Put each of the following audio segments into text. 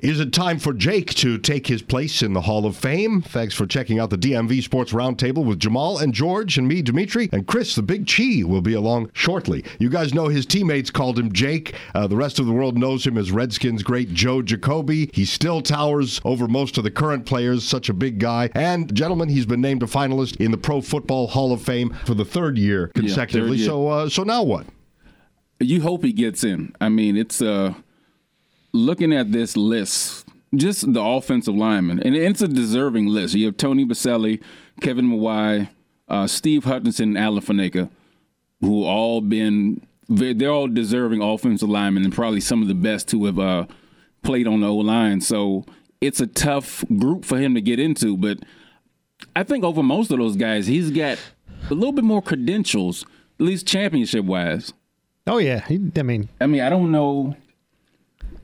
Is it time for Jake to take his place in the Hall of Fame? Thanks for checking out the DMV Sports Roundtable with Jamal and George and me, Dimitri, and Chris, the big Chi, will be along shortly. You guys know his teammates called him Jake. Uh, the rest of the world knows him as Redskins great Joe Jacoby. He still towers over most of the current players, such a big guy. And, gentlemen, he's been named a finalist in the Pro Football Hall of Fame for the third year consecutively. year. So, uh, so now what? You hope he gets in. I mean, it's uh, looking at this list, just the offensive linemen, and it's a deserving list. You have Tony Baselli, Kevin Mawai, uh, Steve Hutchinson, and Alan Faneca, who all been they're, they're all deserving offensive linemen, and probably some of the best who have uh, played on the O line. So it's a tough group for him to get into, but. I think over most of those guys, he's got a little bit more credentials, at least championship wise. Oh yeah, he, I mean, I mean, I don't know.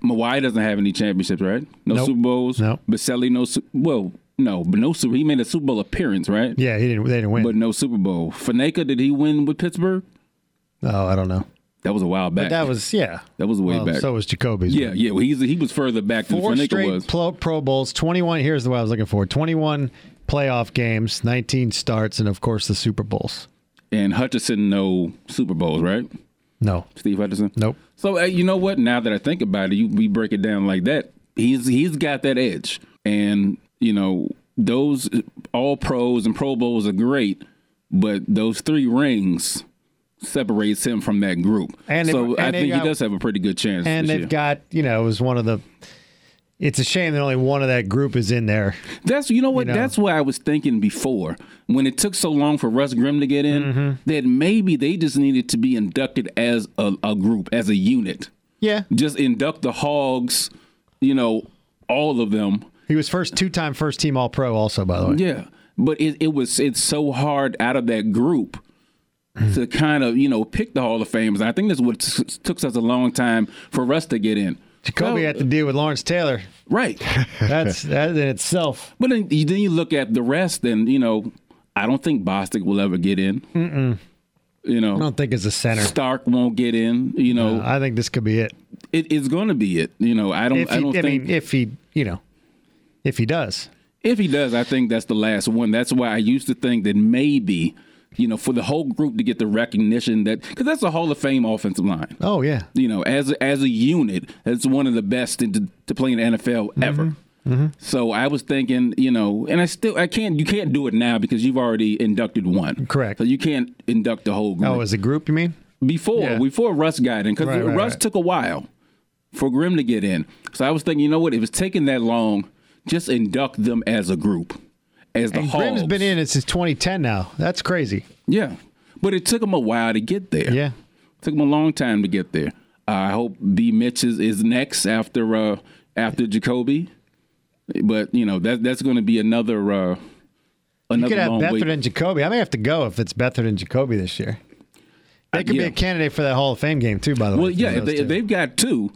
Mawai doesn't have any championships, right? No Nope. Super Bowls. Nope. Baselli, no. Su- Well, no, but no Super. He made a Super Bowl appearance, right? yeah, he didn't. They didn't win. But no Super Bowl. Faneca, did he win with Pittsburgh? oh, I don't know. That was a while back. But that was yeah. That was way Well, back. So was Jacoby's. yeah, yeah. Well, he's he was further back than Four Faneca straight was. pro, pro Bowls, 21. Here's the way I was looking for 21 playoff games, 19 starts, and of course the Super Bowls. and Hutchinson, no Super Bowls, right? No, Steve Hutchinson. nope. So uh, you know what? Now that I think about it, you, we break it down like that. He's he's got that edge, and you know those all pros and Pro Bowls are great, but those three rings separates him from that group. And so they've- I and they've think got- he does have a pretty good chance. And this they've year. got you know it was one of the. It's a shame that only one of that group is in there. That's you know what? know. That's what I was thinking before when it took so long for Russ Grimm to get in. Mm-hmm. That maybe they just needed to be inducted as a, a group, as a unit. Yeah, Just induct the hogs, you know, all of them. he was first two-time first-team All-Pro, also by the way. Yeah, but it, it was it's so hard out of that group to kind of you know pick the Hall of Famers. I think that's what t- took us a long time for us to get in. Jacoby So- had to deal with Lawrence Taylor. right, That's that in itself. but then you, then you look at the rest, and you know I don't think Bostic will ever get in. Mm-mm. You I know don't think it's a center. Stark won't get in. You know I think this could be it. it, it's going to be it. You know I don't If he, I I, don't think mean, if he, you know, if he does, If he does, I think that's the last one. That's why I used to think that maybe, you know, for the whole group to get the recognition that because that's a Hall of Fame offensive line. oh yeah, You know, as a, as a unit, that's one of the best in, to, to play in the NFL Mm-hmm. ever. So I was thinking, you know, and I still I can't you can't do it now because you've already inducted one. Correct. So you can't induct the whole group oh, as a group, you mean? before Yeah. before Russ got in because Right, right, Russ right. took a while for Grimm to get in. So I was thinking, you know what? If it's taking that long, just induct them as a group, as the And whole. Grimm's been in it since 2010 now. That's crazy. Yeah, but it took them a while to get there. Yeah. took them a long time to get there. I hope B Mitch is, is next after uh, after Jacoby, but you know that that's going to be another uh, You another could have long Bethard wait. and Jacoby. I may have to go if it's Bethard and Jacoby this year. They could yeah. be a candidate for that Hall of Fame game too. By the Well, way, yeah, if, those they, two. if they've got two,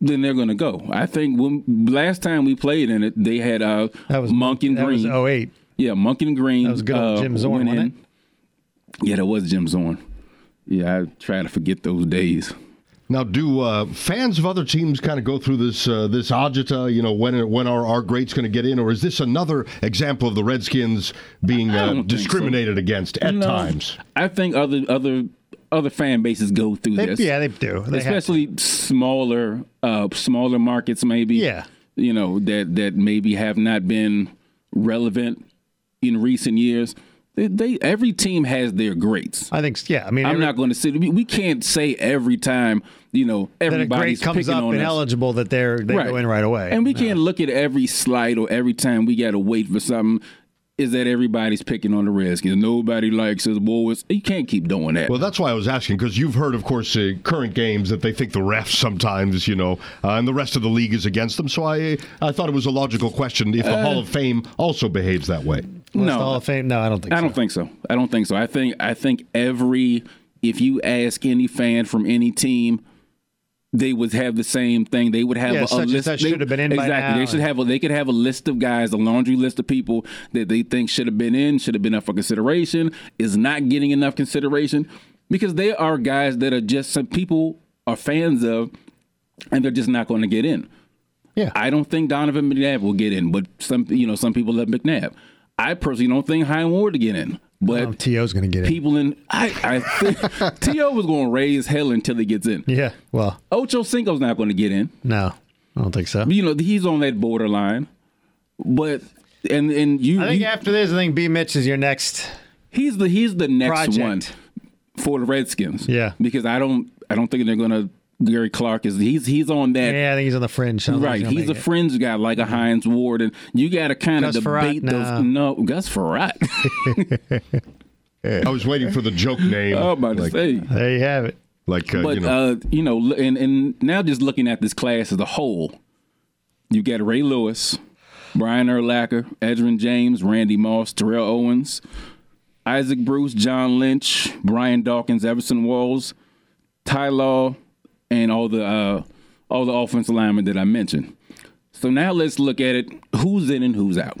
then they're going to go. I think when last time we played in it, they had uh, that was Monk and that Green. was 08. yeah, Monk and Green. That was good old uh, Jim Zorn, went wasn't in. Yeah, that was Jim Zorn. Yeah, I try to forget those days. Now, do uh, fans of other teams kind of go through this uh, this agita? You know, when when are our greats going to get in, or is this another example of the Redskins being don't uh, think discriminated against at No. times? I think other other other fan bases go through They, this. yeah, they do. They have- especially smaller uh smaller markets maybe Yeah. you know that that maybe have not been relevant in recent years they, they every team has their greats I think. Yeah, I mean, i'm every- not going to say we, we can't say every time you know that a everybody's great comes picking up on and us. eligible that they're they go in right away. and we can't look at every slide or every time we got to wait for something is that everybody's picking on the Redskins? Nobody likes us. Woe is- You can't keep doing that. Well, that's why I was asking because you've heard, of course, uh, current games that they think the refs sometimes, you know, uh, and the rest of the league is against them. So I I thought it was a logical question if the Uh. Hall of Fame also behaves that way. Unless no, the Hall of Fame. No, I don't think. I so. don't think so. I don't think so. I think I think every if you ask any fan from any team, they would have the same thing. They would have Yeah, a, a such and list. such they- should have been in by exactly. now. They should have. A, they could have a list of guys, a laundry list of people that they think should have been in, should have been up for consideration, is not getting enough consideration because they are guys that are just some people are fans of, and they're just not going to get in. Yeah. I don't think Donovan McNabb will get in, but some you know some people love McNabb. I personally don't think High Ward to get in, but Um, To's going to get it. people in I, I think To was going to raise hell until he gets in. Yeah. Well, Ocho Cinco's not going to get in. no, I don't think so. You know he's on that borderline, but and and you, I think you- after this, I think B. Mitch is your next. he's the he's the next Project. one for the Redskins. Yeah. because I don't I don't think they're going to. Gary Clark is he's he's on that Yeah, I think he's on the fringe. I don't think Right, gonna he's a make it. Mm-hmm. fringe guy like a Heinz Ward, and you got to kind of Gus debate Frat, those. No, Gus Ferrat. I was waiting for the joke name. I'm about to like, say, There you have it. like uh, Oh, but you know, uh, you know, l- and and now just looking at this class as a whole, you got Ray Lewis, Brian Erlacher, Edrin James, Randy Moss, Terrell Owens, Isaac Bruce, John Lynch, Brian Dawkins, Everson Walls, Ty Law, and all the uh, all the offensive linemen that I mentioned. So now let's look at it: who's in and who's out.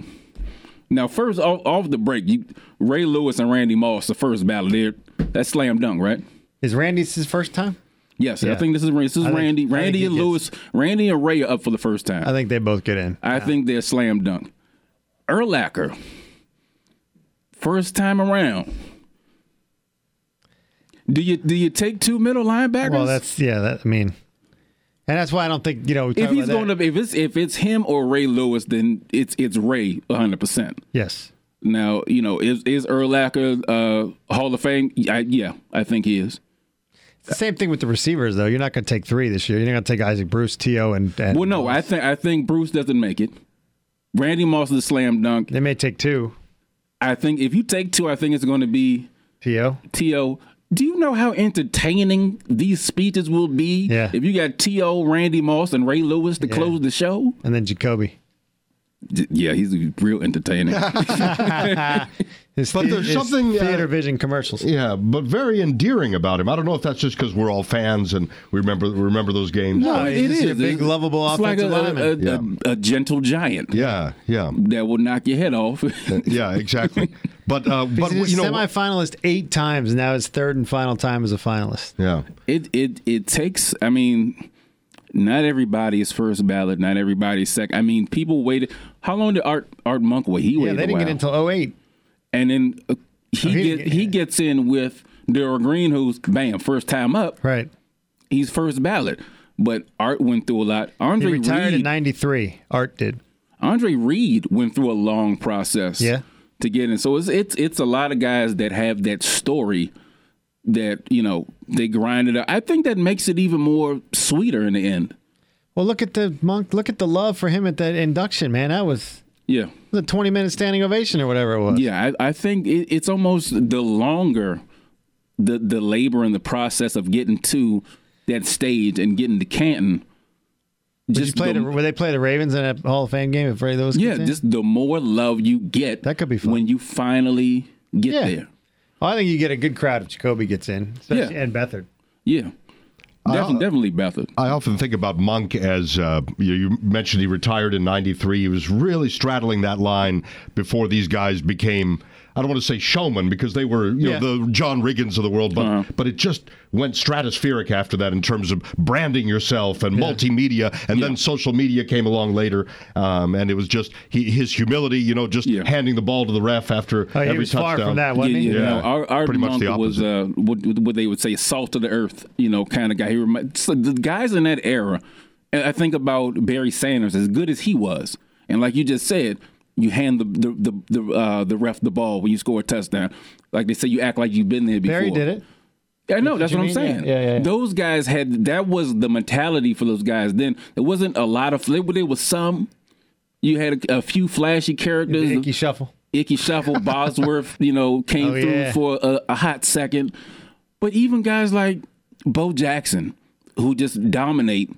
Now, first off, off the break, you, Ray Lewis and Randy Moss, the first battle there, that's slam dunk, right? Is Randy's his first time? Yes, I Yeah. think this is this is think- Randy. I think Randy he and gets- Lewis, Randy and Ray are up for the first I time. think they both get in. I think they're slam dunk. Erlacher, first time around. Do you do you take two middle linebackers? Well, that's yeah. That, I mean, and that's why I don't think you know. we talk if he's about going that. to if it's if it's him or Ray Lewis, then it's it's Ray 100. percent yes, Now you know is is Erlacher uh, Hall of Fame? I, yeah, I think he is. It's the same thing with the receivers though. You're not going to take three this year. You're not going to take Isaac Bruce, To, and, and Well, no, I think I think Bruce doesn't make it. Randy Moss is a slam dunk. they may take two. I think if you take two, I think it's going to be To T.O. Do you know how entertaining these speeches will be? Yeah. If you got T.O., Randy Moss, and Ray Lewis to close the show? and then Jacoby. D- yeah, he's real entertaining. His But thea- there's his something, uh, theater vision commercials. yeah, but very endearing about him. I don't know if that's just because we're all fans and we remember remember those games. No, he's just a big, lovable it's like a, offensive a, lineman. a- a- a gentle giant Yeah, yeah, that will knock your head off. yeah, exactly. But uh, but he's you a know, semifinalist eight times. Now his third and final time as a finalist. yeah, it it it takes. I mean, not everybody is first ballot. Not everybody's second. I mean, people waited. How long did Art Art Monk wait? He Yeah, waited. they a didn't while. get oh until 08. and then uh, he he get, didn't get- he gets in with Daryl Green, who's bam first time up. Right. He's first ballot, but Art went through a lot. He Andre retired in Reed, '93. Art did. Andre Reed went through a long process. Yeah. to get in. So it's it's it's a lot of guys that have that story that you know they grind it out. I think that makes it even more sweeter in the end. Well, look at the monk. Look at the love for him at that induction, man. That was Yeah. the 20 minute standing ovation or whatever it was. Yeah, I, I think it, it's almost the longer the the labor and the process of getting to that stage and getting to Canton. Did you play the, the, where they play the Ravens in a Hall of Fame game if Ray Lewis? yeah, gets in? just the more love you get. That could be fun. when you finally get Yeah. there. Oh, I think you get a good crowd if Jacoby gets in, especially Yeah. and Bethard. Yeah, Uh, definitely, definitely Bethel. I often think about Monk as uh, you, you mentioned. He retired in '93. He was really straddling that line before these guys became. I don't want to say showmen because they were you Yeah. know the John Riggins of the world, but but it just went stratospheric after that in terms of branding yourself and multimedia, and then social media came along later, um, and it was just he, his humility, you know, just Yeah. handing the ball to the ref after Oh, he every was touchdown. far from that, wasn't he? yeah, Yeah. No, our our Pretty much monk the was uh, what, what they would say salt of the earth, you know, kind of guy. He remi- so the guys in that era. and I think about Barry Sanders, as good as he was, and like you just said, you hand the the the the, uh, the ref the ball when you score a touchdown. Like they say, you act like you've been there before. Barry did it. I know that's you what I'm mean? saying. Yeah, yeah, yeah. Those guys had that was the mentality for those guys. Then there wasn't a lot of there was some. You had a, a few flashy characters. Icky shuffle. Icky Shuffle, Bosworth, you know, came Oh, through yeah. for a, a hot second. But even guys like Bo Jackson, who just dominate,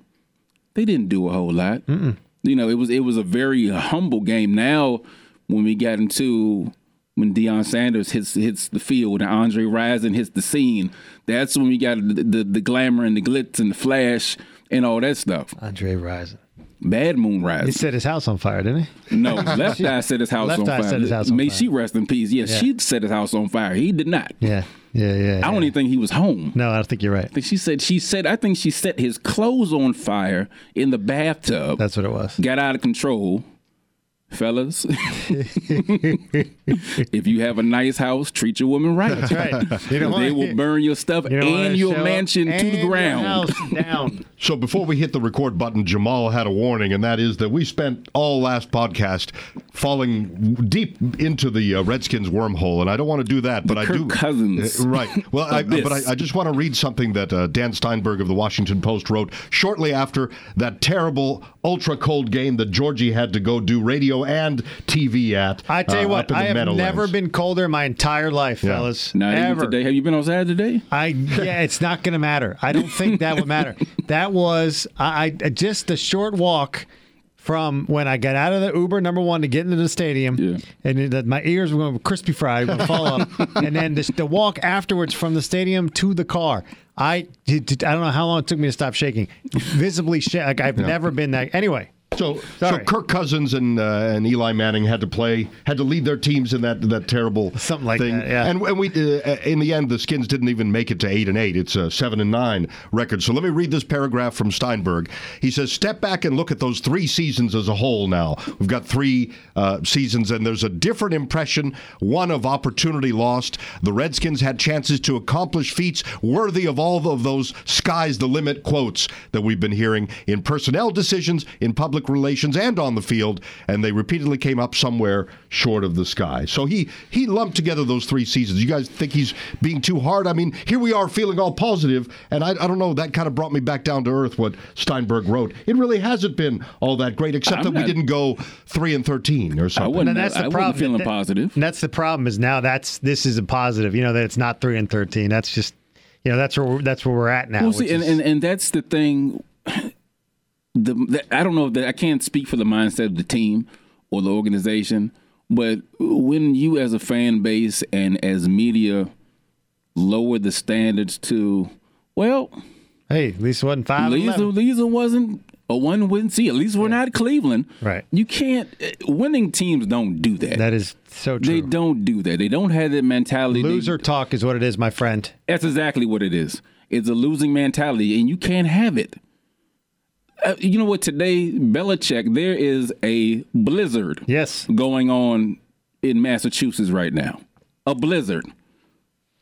they didn't do a whole lot. You know, it was it was a very humble game. Now, when we got into when Deion Sanders hits hits the field and Andre Rison hits the scene, that's when we got the, the, the glamour and the glitz and the flash and all that stuff. Andre Rison. Bad Moon He Rising. set his house on fire, didn't he? No, Left Eye set his house Left on Eye fire. set his house on May fire. she rest in peace. Yes, she set his house on fire. He did not. Yeah. Yeah, yeah. I don't even think he was home. No, I think you're right. I think she said she said I think she set his clothes on fire in the bathtub. That's what it was. got out of control. Fellas, if you have a nice house, treat your woman right. right. You don't They wanna- will burn your stuff you don't wanna and your show up mansion to and the your ground. house down. So before we hit the record button, Jamal had a warning, and that is that we spent all last podcast falling deep into the uh, Redskins wormhole, and I don't want to do that, but I Kirk do. Cousins Uh, right. Well, I, abyss. but I, I just want to read something that uh, Dan Steinberg of the Washington Post wrote shortly after that terrible ultra cold game that Georgie had to go do radio and TV at. I tell you uh, up what, in the I have Meadowlands. never been colder in my entire life, Yeah. fellas. Not ever. even today. Have you been outside today? I yeah, it's not going to matter. I don't think that would matter. That was I, I just the short walk from when I got out of the Uber number one to get into the stadium, Yeah. and it, that my ears were crispy fried, were gonna fall off, and then the, the walk afterwards from the stadium to the car. I did, did- I don't know how long it took me to stop shaking, visibly shake. Like I've never been that. Anyway, So, so Sorry. Kirk Cousins and uh, and Eli Manning had to play, had to lead their teams in that that terrible Something like thing. that, yeah. And, and we, uh, in the end, the Skins didn't even make it to eight and eight. It's a seven and nine record. So let me read this paragraph from Steinberg. He says, "Step back and look at those three seasons as a whole. Now we've got three uh, seasons, and there's a different impression. One of opportunity lost. The Redskins had chances to accomplish feats worthy of all of those sky's the limit quotes that we've been hearing in personnel decisions, in public relations, and on the field, and they repeatedly came up somewhere short of the sky. So he he lumped together those three seasons. You guys think he's being too hard? I mean, here we are feeling all positive, and I, I don't know. That kind of brought me back down to earth. What Steinberg wrote, it really hasn't been all that great, except I'm that we not- didn't go three and thirteen or I something. wasn't. And that's the I wasn't problem. feeling That- positive. And that's the problem is now that's this is a positive. You know that it's not three and thirteen. That's just you know that's where we're, that's where we're at now. Well, which see, and, is- and, and that's the thing. The, the I don't know that I can't speak for the mindset of the team or the organization, but when you as a fan base and as media lower the standards to, well, hey, at least it wasn't five. and Lisa, 11. Lisa wasn't a one win see. At least we're not Cleveland, Right. You can't. eh, Winning teams don't do that. That is so they true. don't do that. They don't have that mentality. They- Loser talk is what it is, my friend. That's exactly what it is. It's a losing mentality, and you can't have it. Uh, you know what? Today, Belichick, there is a blizzard Yes. going on in Massachusetts right now. A blizzard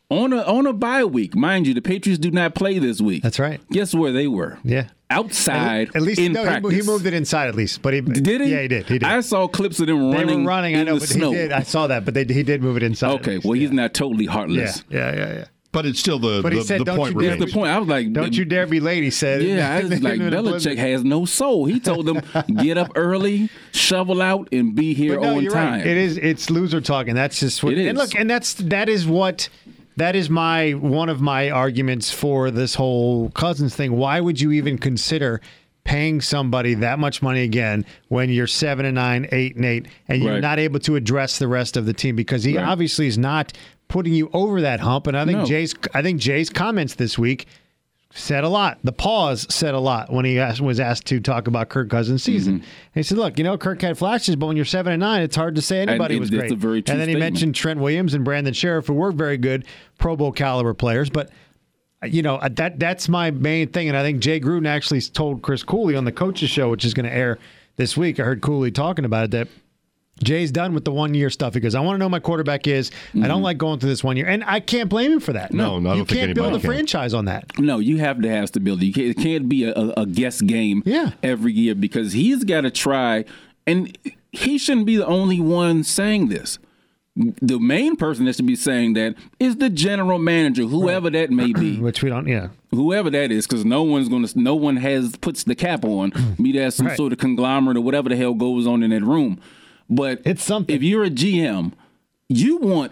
on a on a bye week, mind you. The Patriots do not play this week. That's right. Guess where they were? Yeah. outside. At least in no, he, mo- practice. he moved it inside at least. But he Did he? Yeah, he did. He did. I saw clips of them they running. were running. I in know, the but snow. he did. I saw that, but they he did move it inside. at Okay, least. well, he's not totally yeah. heartless. yeah, yeah, yeah. but it's still the But he the, said, the "Don't point you dare remains. That's the point. I was like, Don't you dare be late, he said. Yeah, I was like, In a blizzard. Belichick has no soul. He told them, get up early, shovel out, and be here But no, on you're time. right. It is. It's loser talking. That's just what It is. And look, and that's that is what that is my one of my arguments for this whole cousins thing. Why would you even consider? Paying somebody that much money again when you're seven and nine, eight and eight, and you're Right. not able to address the rest of the team because he Right. obviously is not putting you over that hump. And I think No. Jay's, I think Jay's comments this week said a lot. The pause said a lot when he asked, was asked to talk about Kirk Cousins' season. Mm-hmm. And he said, "Look, you know, Kirk had flashes, but when you're seven and nine, it's hard to say anybody it- was that's great." a very true and then he statement. mentioned Trent Williams and Brandon Sheriff, who were very good Pro Bowl caliber players, but. uh, You know uh, that that's my main thing, and I think Jay Gruden actually told Chris Cooley on the coaches show, which is going to air this week. I heard Cooley talking about it that Jay's done with the one year stuff. He goes, I want to know who my quarterback is. I don't like going through this one year, and I can't blame him for that. Mm-hmm. No, no, I you don't think can't build anybody a can. franchise on that. No, you have to have stability. You can't, it can't be a, a a guess game Yeah. every year because he's got to try, and he shouldn't be the only one saying this. The main person that should be saying that is the general manager, whoever that may be. Which we don't, yeah. whoever that is, because no one's gonna, no one has puts the cap on. Be that some Right. sort of conglomerate or whatever the hell goes on in that room. But It's something. If you're a GM, you want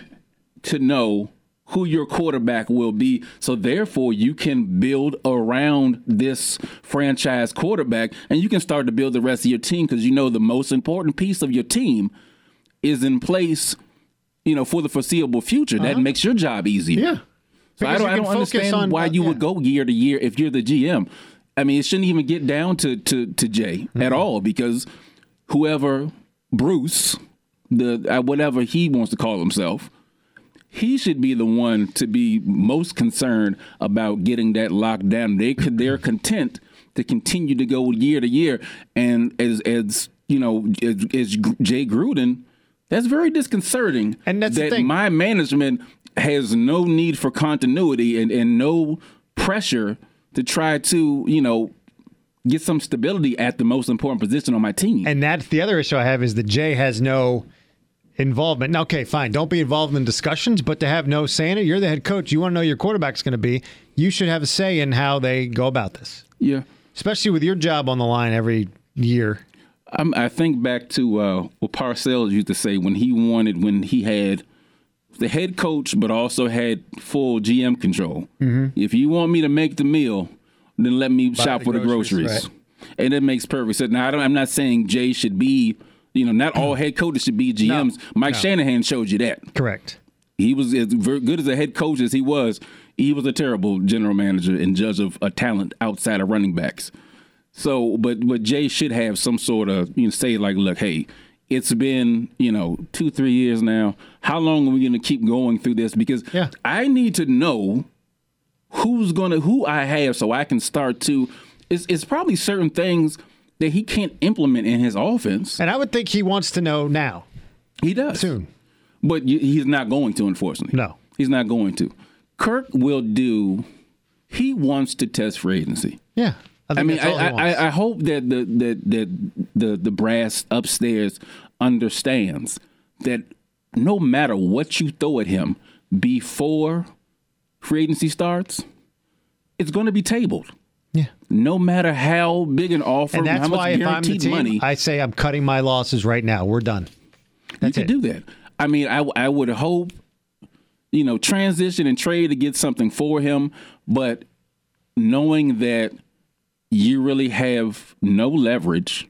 to know who your quarterback will be, so therefore you can build around this franchise quarterback, and you can start to build the rest of your team because you know the most important piece of your team is in place. You know, for the foreseeable future, that makes your job easier. Uh-huh. Yeah. So I Because don't, you I can don't uh, focus understand on why what- you yeah. would go year to year if you're the GM. I mean, it shouldn't even get down to to, to Jay at all because whoever Bruce, the uh, whatever he wants to call himself, he should be the one to be most concerned about getting that locked down. They could they're content to continue to go year to year, and as as you know, as, as Jay Gruden, that's very disconcerting. And that's the that thing. my management has no need for continuity and and no pressure to try to you know get some stability at the most important position on my team. And that's the other issue I have is that Jay has no involvement. Now, okay, fine. Don't be involved in discussions, but to have no say in it, you're the head coach. You want to know your quarterback's going to be. You should have a say in how they go about this, yeah. especially with your job on the line every year. I'm, I think back to uh, what Parcells used to say when he wanted, when he had the head coach, but also had full GM control. If you want me to make the meal, then let me shop Mm-hmm. the for groceries, the groceries. And it makes perfect sense. Now, I don't, I'm not saying Jay should be, you know, not all head coaches should be GMs. Mike Shanahan showed you that. Correct. He was as ver- good as a head coach as he was. He was a terrible general manager and judge of a talent outside of running backs. So, but but Jay should have some sort of you know say like, look, hey, it's been you know two three years now. How long are we going to keep going through this? Because Yeah. I need to know who's gonna who I have so I can start to. It's it's probably certain things that he can't implement in his offense. And I would think he wants to know now, He does soon. but y- he's not going to, unfortunately. No. He's not going to. Kirk will do, he wants to test for agency. Yeah. I mean, that's all he I, wants. I, I hope that the, the, the, the, the brass upstairs understands that no matter what you throw at him before free agency starts, it's going to be tabled. yeah. No matter how big an offer, And how that's much why if I'm the guaranteed team, money, I say I'm cutting my losses right now. We're done. That's you could it. do that. I mean, I I would hope, you know, transition and trade to get something for him, but knowing that you really have no leverage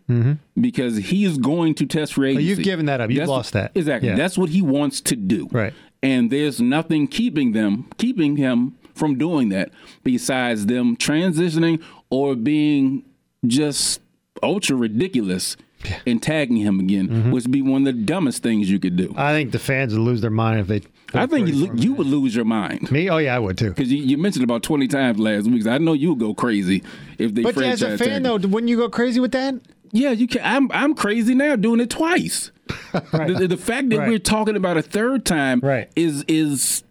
because he's going to test for agency. Mm-hmm. Oh, you've given that up. You've That's- lost that. Exactly. Yeah. That's what he wants to do. Right. And there's nothing keeping them keeping him from doing that besides them transitioning or being just ultra ridiculous and tagging him again, which would be one of the dumbest things you could do. I think the fans would lose their mind if they. I think you, lo- you would lose your mind. Me? Oh, yeah, I would too. Because you, you mentioned about 20 times last week. so I know you'll go crazy if they But franchise as a fan, tag. though, wouldn't you go crazy with that? Yeah, you can. I'm I'm crazy now doing it twice. the, the fact that Right. we're talking about a third time Right. is is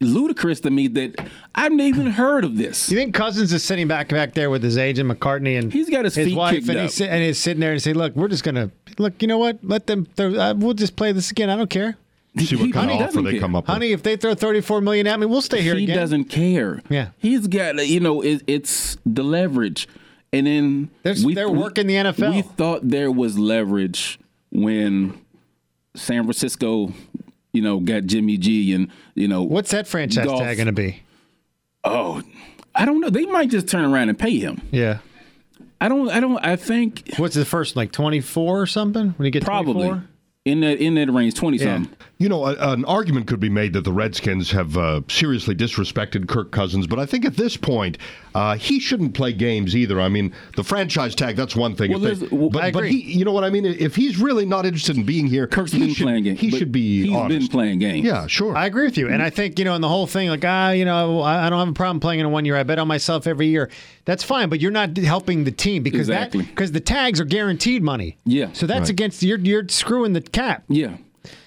ludicrous to me that I've not even heard of this. Do you think Cousins is sitting back back there with his agent McCartney and He's got his feet wife, kicked and up. he's, sit- and he's sitting there and say, "Look, we're just gonna look. You know what? Let them. Throw, uh, we'll just play this again. I don't care, See what He- kind of honey, offer doesn't they care. come up with. honey. If they throw thirty-four million at me, we'll stay here he again. doesn't care. Yeah. he's got you know it, it's the leverage, and then There's- they're working the NFL. We thought there was leverage when San Francisco, you know, got Jimmy G, and you know What's that franchise Golf. tag gonna be? Oh, I don't know. They might just turn around and pay him. Yeah. I don't. I don't. I think What's the first like twenty-four or something? When you get probably 24? in that in that range, twenty Yeah. something. You know, a, an argument could be made that the Redskins have uh, seriously disrespected Kirk Cousins, but I think at this point, uh, he shouldn't play games either. I mean, the franchise tag, that's one thing. Well, If there's- well, but I but agree. he, you know what I mean? If he's really not interested in being here, Kirk's he been should, playing games. He but should be He's honest. been playing games. Yeah, sure. I agree with you. Mm-hmm. And I think, you know, in the whole thing, like, ah, you know, I, I don't have a problem playing in a one year. I bet on myself every year. That's fine, but you're not helping the team because Exactly. that because the tags are guaranteed money. Yeah. So that's against you're you're screwing the cap. Yeah.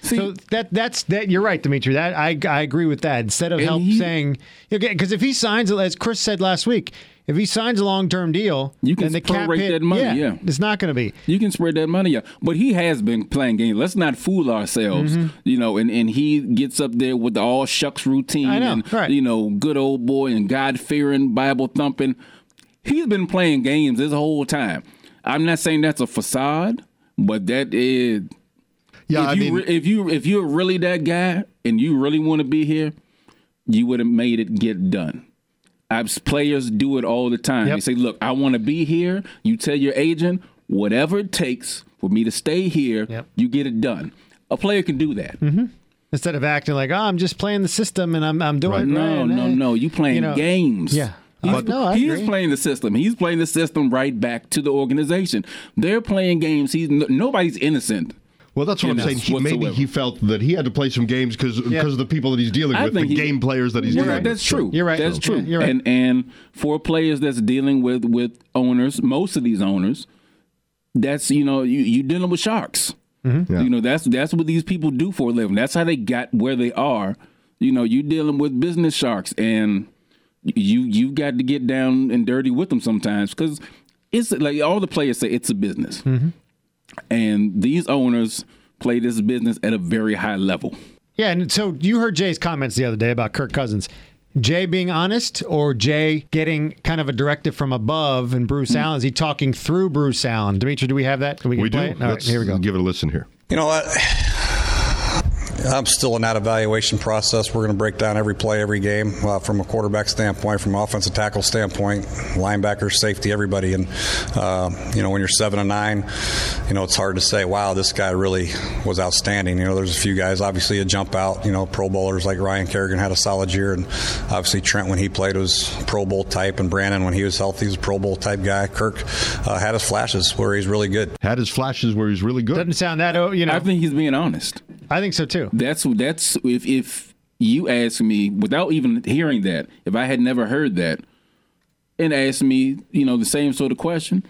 See, So that that's that you're right, Dimitri. That I I agree with that. Instead of help he- saying because if he signs as Chris said last week, if he signs a long term deal, You can then the cap prorate hit, that money, yeah. it's not going to be. you can spread that money out. But he has been playing games. Let's not fool ourselves. You know, and, and he gets up there with the all shucks routine I know, and right. you know, good old boy and God fearing, Bible thumping. He's been playing games this whole time. I'm not saying that's a facade, but that is yeah, if I you mean, re- if you if you're really that guy and you really want to be here, you would have made it get done. I, players do it all the time. They Yep. say, "Look, I want to be here." You tell your agent, "Whatever it takes for me to stay here, Yep. Mm-hmm. you get it done." A player can do that. Instead of acting like, oh, I'm just playing the system and I'm I'm doing it right, No, and, no, eh." no. You playing You know, games. yeah. He's, I- no, I he agree. is playing the system. He's playing the system right back to the organization. They're playing games. He's n- nobody's innocent. Well, that's what I'm in us saying. He, maybe whatsoever. he felt that he had to play some games because of the people that he's dealing I with, the think he- game players that he's Well, dealing with. that's true. You're right. That's Yeah, true. you're right. And and for players that's dealing with with owners, most of these owners, that's you know you you dealing with sharks. Mm-hmm. Yeah. You know that's that's what these people do for a living. That's how they got where they are. You know you dealing with business sharks, and you you got to get down and dirty with them sometimes because it's like all the players say it's a business, Mm-hmm. and these owners play this business at a very high level. Yeah, and so you heard Jay's comments the other day about Kirk Cousins. Jay being honest or Jay getting kind of a directive from above and Mm-hmm. Bruce Allen? Is he talking through Bruce Allen? Dimitri, do we have that? Can We can do. play it? All right, Let's here we go. Give it a listen here. You know what? I'm still in that evaluation process. We're going to break down every play, every game uh, from a quarterback standpoint, from an offensive tackle standpoint, linebacker, safety, everybody. And uh, you know, when you're seven and nine, you know it's hard to say, "Wow, this guy really was outstanding." You know, there's a few guys, obviously, a jump out. You know, Pro Bowlers like Ryan Kerrigan had a solid year, and obviously Trent when he played was Pro Bowl type, and Brandon when he was healthy was a Pro Bowl type guy. Kirk uh, had his flashes where he's really good. Had his flashes where he's really good. Doesn't sound that, oh, you know, I think he's being honest. I think so too. That's that's if if you ask me without even hearing that, if I had never heard that, and asked me, you know, the same sort of question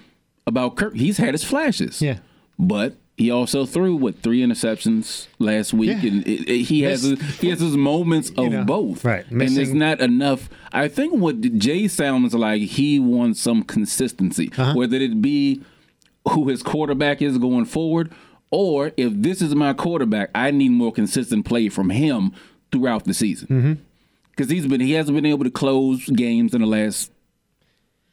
about Kirk, he's had his flashes. Yeah. but he also threw what three interceptions last week, Yeah. and it, it- he has Missed- his, he has his moments of know, both. right. and it's Missing- not enough. I think what Jay sounds like he wants some consistency, Uh-huh. whether it be who his quarterback is going forward, or if this is my quarterback, I need more consistent play from him throughout the Mm-hmm. season. Because he's been he hasn't been able to close games in the last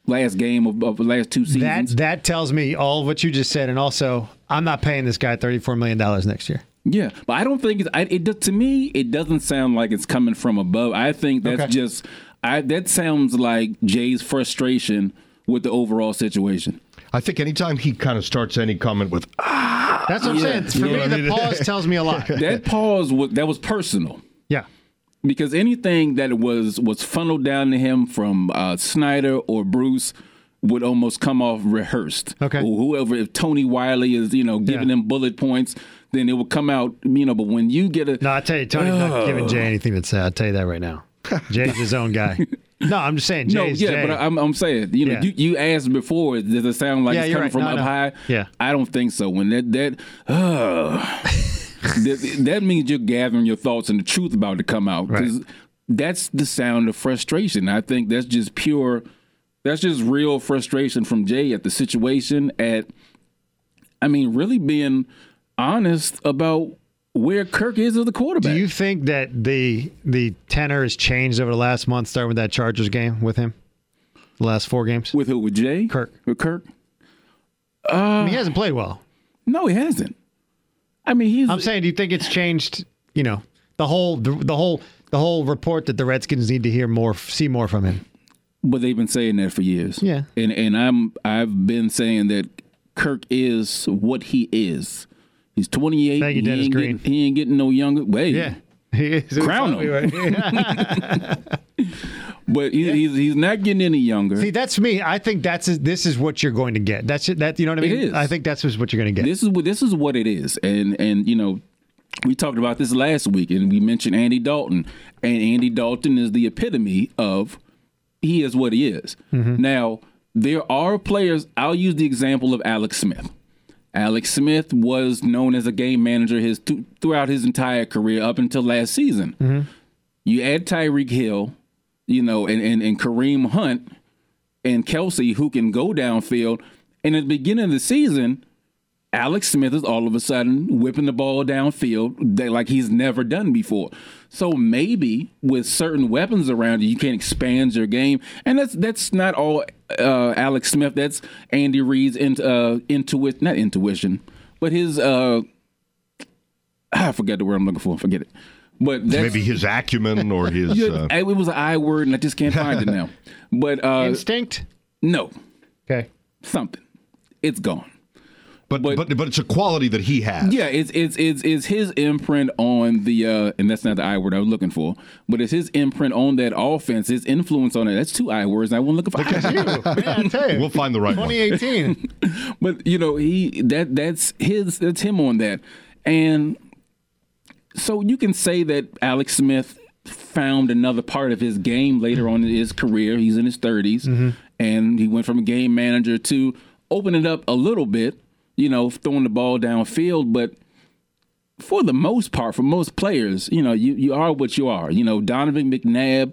last game of, of the last two That seasons. that tells me all of what you just said, and also I'm not paying this guy thirty four million dollars next year. yeah, but I don't think it's, I, it. does- To me, it doesn't sound like it's coming from above. I think that's Okay. just I. That sounds like Jay's frustration with the overall situation. I think anytime he kind of starts any comment with, "Ah," That's what I'm Yeah, saying. For you know me, what I the mean? pause tells me a lot. That pause was that was personal. Yeah. because anything that was was funneled down to him from uh, Snyder or Bruce would almost come off rehearsed. Okay. Or whoever, if Tony Wiley is you know giving Yeah. them bullet points, then it would come out you know. But when you get a No, I tell you, Tony's not Oh. giving Jay anything that's sad. I'll tell you that right now. Jay's his own guy. No, I'm just saying no, Jay's yeah, Jay. but I'm I'm saying you know Yeah. you, you asked before does it sound like Yeah, it's you're coming right. from No, up no. high? Yeah. I don't think so. When that that uh, that, that means you're gathering your thoughts and the truth about to come out because that's the sound of frustration. I think that's just pure. That's just real frustration from Jay at the situation. At I mean, really being honest about where Kirk is as the quarterback. Do you think that the the tenor has changed over the last month, starting with that Chargers game with him? The last four games? with who? With Jay? Kirk. With Kirk? I mean, he hasn't played well. No, he hasn't. I mean, he's I'm saying, do you think it's changed, you know, the whole the, the whole the whole report that the Redskins need to hear more see more from him? But they've been saying that for years. Yeah. And and I'm I've been saying that Kirk is what he is. He's 28. Thank you, he Dennis ain't Green. Getting, he ain't getting no younger. Wait. Yeah. He is Crown him. But he, he's he's not getting any younger. See, that's me. I think that's this is what you're going to get. That's that you know what I It mean? is. I think that's what you're going to get. this is what this is what it is. And and you know, we talked about this last week and we mentioned Andy Dalton. And Andy Dalton is the epitome of he is what he is. Now, there are players, I'll use the example of Alex Smith. Alex Smith was known as a game manager his th- throughout his entire career up until last season. You add Tyreek Hill, you know, and, and, and Kareem Hunt and Kelsey, who can go downfield. And at the beginning of the season, Alex Smith is all of a sudden whipping the ball downfield that like he's never done before. So maybe with certain weapons around you, you can expand your game. And that's that's not all uh, Alex Smith. That's Andy Reid's in, uh, intuition, not intuition, but his. Uh, ah, I forgot the word I'm looking for. Forget it. But that's, maybe his acumen or his. Uh, I- it was an I word, and I just can't find it now. But uh, Instinct. no, Okay. something. It's gone. but, but- but but it's a quality that he has. Yeah, it's it's it's it's his imprint on the uh and that's not the I word I was looking for, but it's his imprint on that offense, his influence on it. That's two I words. I wasn't looking for I You. Man, I tell you. We'll find the right one. 2018. But you know, he that that's his that's him on that. And so you can say that Alex Smith found another part of his game later on in his career. He's in his 30s Mm-hmm. and he went from a game manager to open it up a little bit, you know, throwing the ball downfield, but for the most part, for most players, you know, you, you are what you are. You know, Donovan McNabb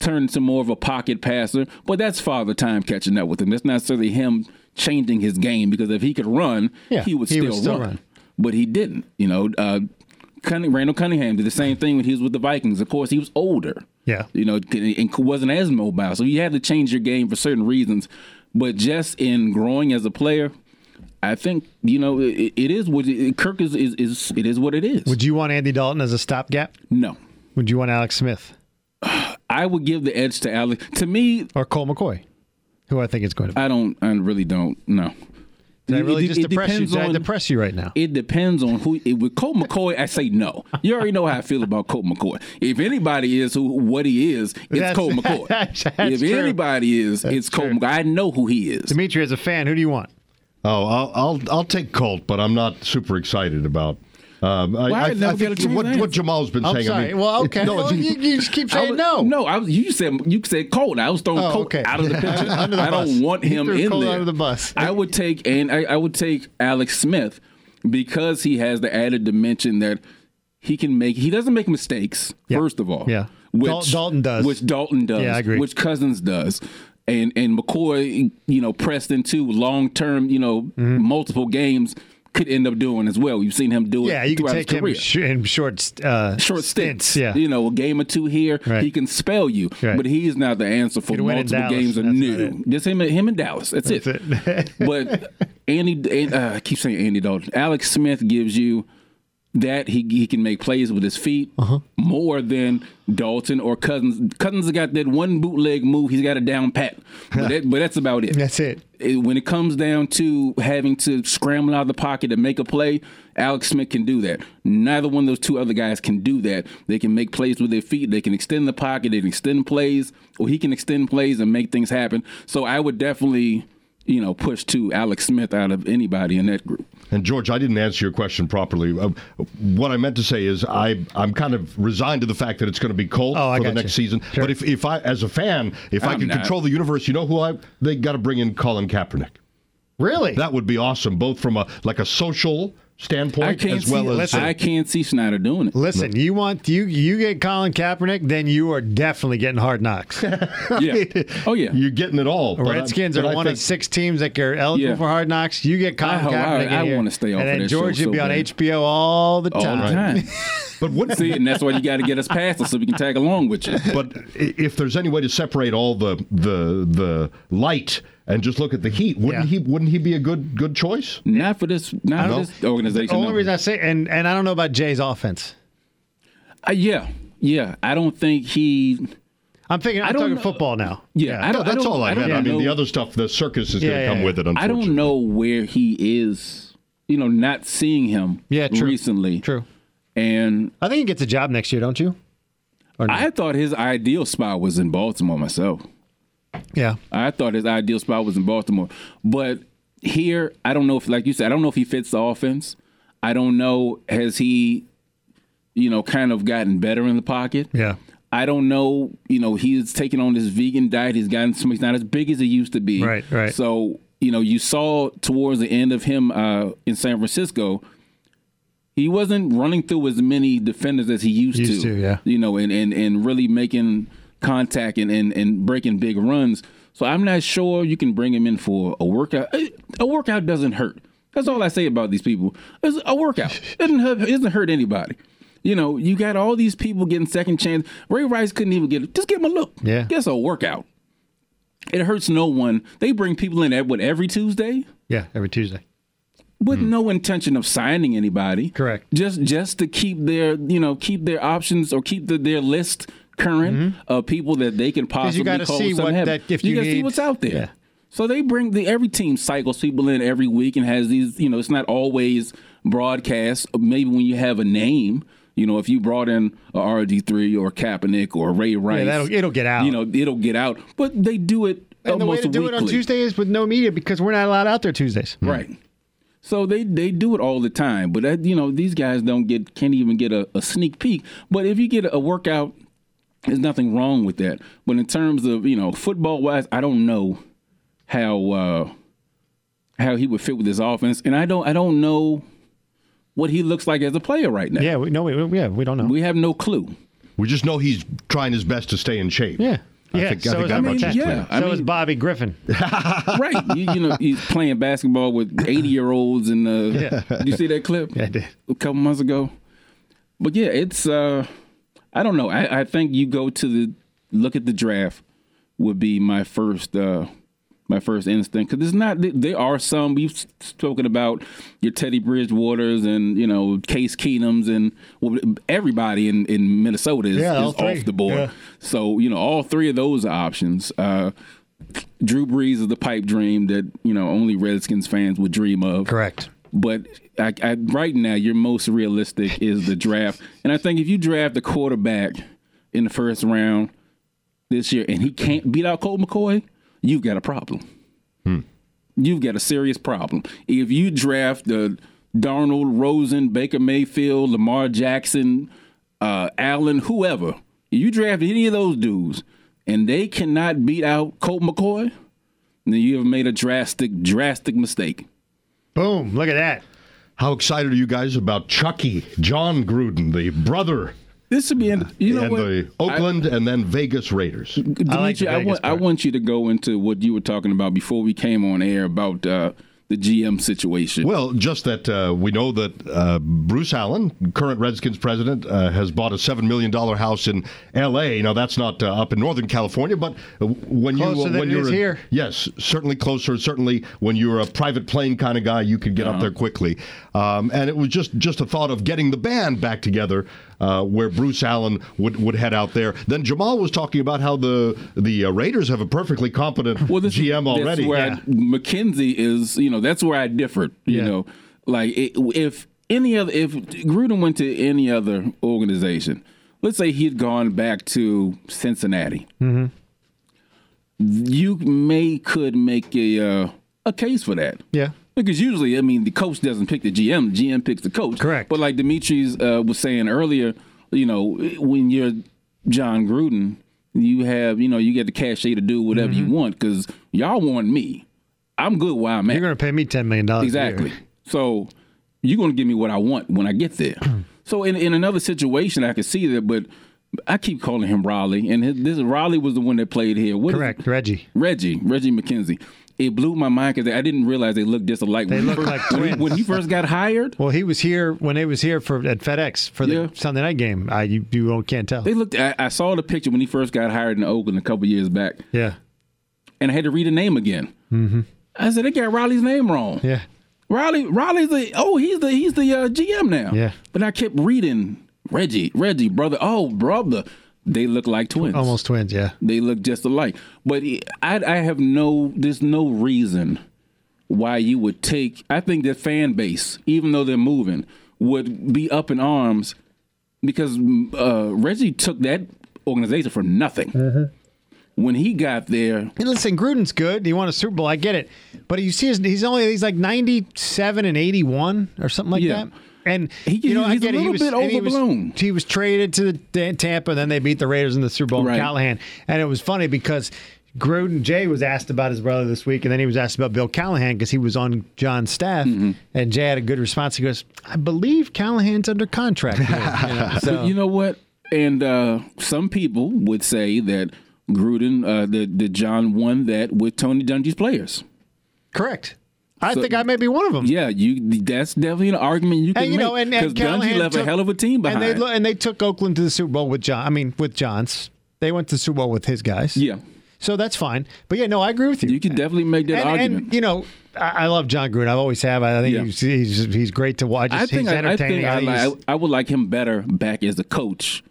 turned into more of a pocket passer, but that's father time catching up with him. That's not necessarily him changing his game because if he could run, Yeah, he would he still, would still run. run. But he didn't. You know, uh, Cunning, Randall Cunningham did the same thing when he was with the Vikings. Of course, he was older Yeah. you know, and wasn't as mobile. So you had to change your game for certain reasons. But just in growing as a player, I think you know it, it is what it, Kirk is, is is it is what it is. Would you want Andy Dalton as a stopgap? no, Would you want Alex Smith I would give the edge to Alex. To me, or Cole McCoy, who I think it's going to be? I don't. I really don't. No. Did I really It- just it depress you? depends Did I on- depress you right now? It depends on who. It, with Colt McCoy, I say no. You already know how I feel about Colt McCoy. If anybody is who what he is, it's That's- Colt McCoy. that's- that's if true. anybody is, it's Colt McCoy. I know who he is. Dimitri, as a fan, who do you want? Oh, I'll I'll, I'll take Colt, but I'm not super excited about. Um, I, Well, I I, never I think get a chance what, to what answer. Jamal's been I'm saying. sorry. I mean, well, okay. No, Well, it's- you, you just keep I saying was- no. No, I was, you said you said Colt. I was throwing Oh, Colt okay. out of the picture. Under the I don't bus. want You him threw in Colt there. under the bus. I would take and I, I would take Alex Smith because he has the added dimension that he can make. He doesn't make mistakes. Yeah. First of all, Yeah. Dal- Dalton does. Which Dalton does. Yeah, I agree. Which Cousins does. And and McCoy, you know, pressed into long term, you know, Mm-hmm. multiple games could end up doing as well. You've seen him do it. Yeah, you can throughout his take him career sh- in short uh, short stints. Yeah. You know, a game or two here, Right. he can spell you. Right. But he's not the answer for Could win in multiple Dallas, games that's not anew. Just him, and- him and Dallas. That's, it. but Andy, and, uh, I keep saying Andy Dalton. Alex Smith gives you that he he can make plays with his feet Uh-huh. more than Dalton or Cousins. Cousins has got that one bootleg move. He's got a down pat. But, that, but that's about it That's it. it- when it comes down to having to scramble out of the pocket and make a play, Alex Smith can do that. Neither one of those two other guys can do that. They can make plays with their feet. They can extend the pocket. They can extend plays, or he can extend plays and make things happen. So I would definitely, you know, push to Alex Smith out of anybody in that group. And George, I didn't answer your question properly. Uh, what I meant to say is I I'm kind of resigned to the fact that it's going to be cold Oh, I for the got next you. season. Sure. But if, if I as a fan, if i I'm could not. control the universe, you know who I they got to bring in Colin Kaepernick. Really? That would be awesome, both from a like a social I standpoint can't as well see. as listen, I can't see Snyder doing it. Listen, you want you you get Colin Kaepernick, then you are definitely getting hard knocks. Yeah. Oh yeah. you're getting it all. But I- Redskins but are I one think- of six teams that are eligible Yeah. for hard knocks. You get Colin I- I- Kaepernick. I in here, wanna stay off And of then that George, show you'll so be on bad. Oh, HBO all the All time. the time. But what, see, and that's why you got to get us past it so we can tag along with you. but i- if there's any way to separate all the the the light and just look at the heat, wouldn't he Yeah. wouldn't he be a good good choice? Not for this. Not for know. this organization. The only no. reason I say, and and I don't know about Jay's offense. Uh, yeah, yeah. I don't think he. I'm thinking. I'm don't talking know- football now. Yeah, I No, don't, that's don't- all I, don't meant. I mean, the know- other stuff, the circus is Yeah, going to yeah, come yeah. with it. I Unfortunately, don't know where he is. You know, not seeing him. Yeah, true. Recently, True. And I think he gets a job next year, don't you? Or no? I thought his ideal spot was in Baltimore myself. yeah. I thought his ideal spot was in Baltimore, but here I don't know if, like you said, I don't know if he fits the offense. I don't know has he, you know, kind of gotten better in the pocket. Yeah. I don't know. You know, he's taking on this vegan diet. He's gotten some. He's not as big as he used to be. Right, right. So you know, you saw towards the end of him uh, in San Francisco, he wasn't running through as many defenders as he used, Used to, yeah. You know, and and and really making contact and and and breaking big runs. So I'm not sure you can bring him in for a workout. A- A workout doesn't hurt. That's all I say about these people. It's a workout it doesn't hurt, it doesn't hurt anybody. You know, you got all these people getting second chance. Ray Rice couldn't even get just give him a look. Yeah. Guess a workout. It hurts no one. They bring people in at what every Tuesday Yeah. Every Tuesday. with no intention of signing anybody. Hmm. Correct. Just just to keep their you know keep their options or keep the, their list current of people that they can possibly Mm-hmm. gotta call see something what happen. that- if you gotta see need- what's out there. Yeah. So they bring the every team cycles people in every week and has these you know it's not always broadcast. Maybe when you have a name. You know, if you brought in a RG3 or Kaepernick or Ray Rice, that'll- it'll get out. You know, it'll get out. But they do it And the way almost to do it on weekly. Tuesday is with no media because we're not allowed out there Tuesdays. Right. So they they do it all the time, but that, you know these guys don't get can't even get a, a sneak peek. But if you get a workout, there's nothing wrong with that. But in terms of you know football wise, I don't know how uh, how he would fit with this offense, and I don't I don't know what he looks like as a player right now. Yeah, we, no, we, we- yeah, we don't know. We have no clue. We just know he's trying his best to stay in shape. yeah. I yeah, think- I so think is, that much is Yeah, clear. I so is mean- Bobby Griffin. right. You, you know, he's playing basketball with 80 year olds. And uh, you see that clip? I did. A couple months ago. But yeah, it's, uh, I don't know. I, I think you go to the, look at the draft would be my first, uh, my first instinct because it's not. th- There are some we've s- spoken about your Teddy Bridgewater's and you know Case Keenum's and well, everybody in, in Minnesota is, Yeah, all is three. off the board. Yeah. So you know all three of those are options. Uh, Drew Brees is the pipe dream that you know only Redskins fans would dream of. Correct. But I, I, right now, your most realistic is the draft, and I think if you draft a quarterback in the first round this year and he can't beat out Colt McCoy, you've got a problem. You've got a serious problem. If you draft the Darnold, Rosen, Baker Mayfield, Lamar Jackson, uh, Allen, whoever, if you draft any of those dudes and they cannot beat out Colt McCoy, then you have made a drastic, drastic mistake. Boom. Look at that. How excited are you guys about Chucky, John Gruden, the brother, This should be, in, you know, and what? the Oakland and then Vegas Raiders? Dimitri, I, like the Vegas want, I part. want you to go into what you were talking about before we came on air about uh, the GM situation. Well, just that uh, we know that uh, Bruce Allen, current Redskins president, uh, has bought a $7 million house in L.A. Now, that's not uh, up in Northern California, but uh, when you. Closer uh, than when it you're is a- here. Yes, certainly closer. Certainly when you're a private plane kind of guy, you can Uh-huh. get up there quickly. Um, and it was just, just a thought of getting the band back together uh, where Bruce Allen would, would head out there. Then Jamal was talking about how the, the uh, Raiders have a perfectly competent Well, this, GM already. That's where I- McKenzie is, you know, that's where I differed. You Yeah. know, like i if any other, if Gruden went to any other organization, let's say he'd gone back to Cincinnati, Mm-hmm. you may could make a uh, a case for that. Yeah. Because usually, I mean, the coach doesn't pick the GM; the GM picks the coach. Correct. But like Dimitri's uh, was saying earlier, you know, when you're John Gruden, you have, you know, you get the cachet to do whatever Mm-hmm. you want because y'all want me. I'm good where I'm at. You're going to pay me $10 million. a year. Exactly. So you're going to give me what I want when I get there. so in, in another situation, I could see that, but I keep calling him Raleigh, and his, this Raleigh was the one that played here. What is- Correct. Reggie. Reggie, Reggie McKenzie. It blew my mind because I didn't realize they looked just alike. They look like when, twins. When he first got hired, Well, he was here when they was here for at FedEx for the Yeah. Sunday night game. I you, you all can't tell. they looked. I, I saw the picture when he first got hired in Oakland a couple years back, yeah, and I had to read the name again. Mm-hmm. I said they got Riley's name wrong. yeah. Riley, Riley's the oh he's the he's the uh, GM now. Yeah. But I kept reading Reggie, Reggie, brother. Oh brother, they look like twins. Almost twins. Yeah. They look just alike. But I, I have no, there's no reason why you would take, I think the fan base, even though they're moving, would be up in arms because uh, Reggie took that organization for nothing. Mm-hmm. When he got there, And listen, Gruden's good. He won a Super Bowl. I get it, but you see, his, he's only he's like ninety seven and eighty one or something like Yeah. that. And He- you know, I he's a get it. He little was, bit and he was- overblown. He was traded to the Ta- Tampa, and then they beat the Raiders in the Super Bowl. in Right. Callahan, and it was funny because Gruden Jay was asked about his brother this week, and then he was asked about Bill Callahan because he was on John's staff, Mm-hmm. and Jay had a good response. He goes, "I believe Callahan's under contract." here," you know, so- But you know what? And uh, some people would say that Gruden, uh, that, that John won that with Tony Dungy's players. correct. I think I may be one of them. Yeah, you. That's definitely an argument you can And you know, make and, and Dungy Callahan left a took- hell of a team behind. And they lo- and they took Oakland to the Super Bowl with John. I mean, with Johns. They went to the Super Bowl with his guys. Yeah, So that's fine. But yeah, no, I agree with you. you can definitely make that and, argument. and you know, I, I love John Gruden. I always have. I think Yeah. he's, he's he's great to watch. I He's- think he's I, I entertaining. think I, think he's- li- I would like him better back as a coach.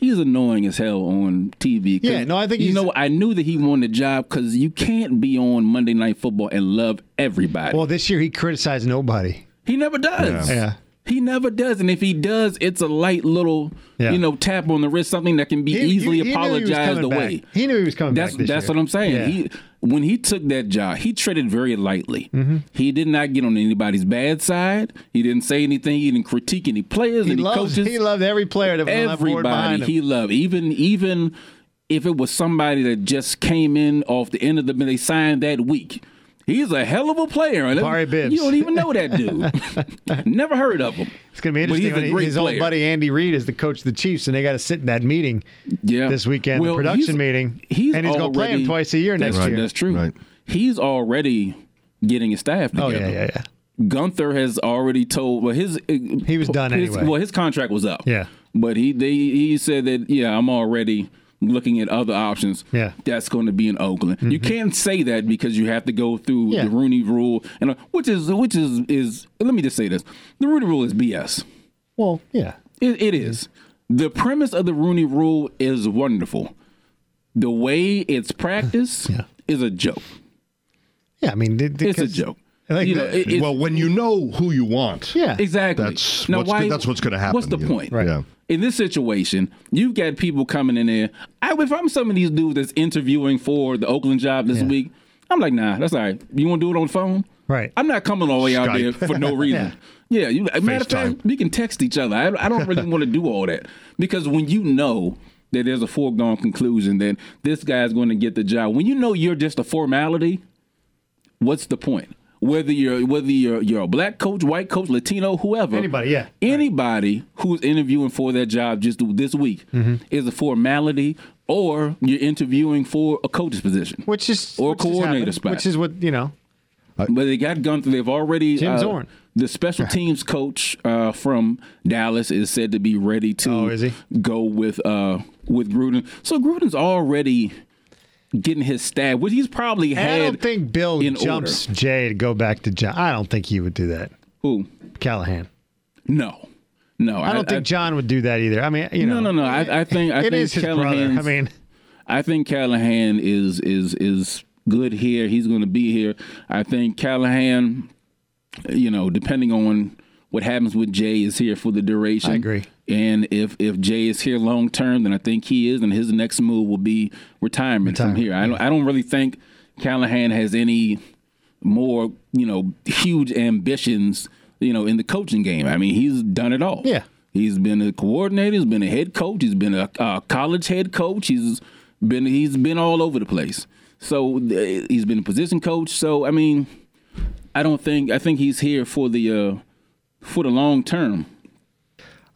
He's annoying as hell on TV. 'cause, Yeah, no, I think you he's- know. I knew that he won the job because you can't be on Monday Night Football and love everybody. well, this year he criticized nobody. he never does. Yeah. He never does, and if he does, it's a light little, Yeah. you know, tap on the wrist, something that can be He- easily he- he knew he was apologized coming back. away. He knew he was coming That's back. this that's year. what I'm saying. Yeah. He when he took that job, he treaded very lightly. Mm-hmm. He did not get on anybody's bad side. He didn't say anything. He didn't critique any players, he any loves, coaches. he loved every player that was on that board behind everybody he him. loved. Even even if it was somebody that just came in off the end of the they signed that week. He's a hell of a player. And Barry Bibbs. You don't even know that dude. Never heard of him. It's going to be But he's a interesting when he- great his old player. buddy Andy Reid is the coach of the Chiefs, and they got to sit in that meeting yeah. this weekend, Well, the production he's- meeting. He's and he's going to play him already- twice a year that's next right, year. That's true. Right. He's already getting his staff Oh, together. yeah, yeah, yeah. Gunther has already told. Well, his he was done anyway. Well, his contract was up. Yeah. but he they he said that yeah, I'm already looking at other options. Yeah. Mm-hmm. that's going to be in Oakland. You can't say that because you have to go through Yeah. the Rooney Rule, and uh, which is which is is. Let me just say this: the Rooney Rule is BS. Well, yeah. It, it is. The premise of the Rooney Rule is wonderful. The way it's practiced Yeah. is a joke. Yeah, I mean, they- they- It's a 'cause- joke. I think you know, that- it- it's- well, when you know who you want, Yeah. Exactly. that's Now, what's why- good, that's what's going to happen. What's the you know? point? Right. Yeah. In this situation, you've got people coming in there. I, if I'm some of these dudes that's interviewing for the Oakland job this week, I'm like, nah, that's all right. You want to do it on the phone? Right. I'm not coming all the way out there Skype. for no reason. yeah. you, matter of fact, FaceTime. we can text each other. I, I don't really want to do all that because when you know that there's a foregone conclusion that this guy's going to get the job, when you know you're just a formality, what's the point? Whether you're whether you're you're a black coach, white coach, Latino, whoever, Anybody, yeah. anybody who's interviewing for that job just this week Mm-hmm. is a formality, or you're interviewing for a coach's position, Which is Or which has coordinator happened, spot. which is what you know. but they got Gunther. They've already Uh, Jim uh, Zorn. the special teams coach uh, from Dallas is said to be ready to Oh, is he? go with uh, with Gruden. So Gruden's already getting his stab, which he's probably And I had. don't think Bill in jumps Jay to go back to John. I don't think he would do that. Who? Callahan. No, no. I don't think John would do that either. I mean, you know, no, no, no. I, I think I it think is his brother. I Callahan's- mean, I think Callahan is is is good here. He's going to be here. I think Callahan, you know, depending on what happens with Jay, is here for the duration. I agree. And if if Jay is here long term, then I think he is, and his next move will be retirement, from here. I don't I don't really think Callahan has any more you know huge ambitions you know in the coaching game. I mean, he's done it all. Yeah. He's been a coordinator. He's been a head coach. He's been a, uh college head coach. He's been he's been all over the place. So th- he's been a position coach. So I mean, I don't think I think he's here for the uh, for the long term.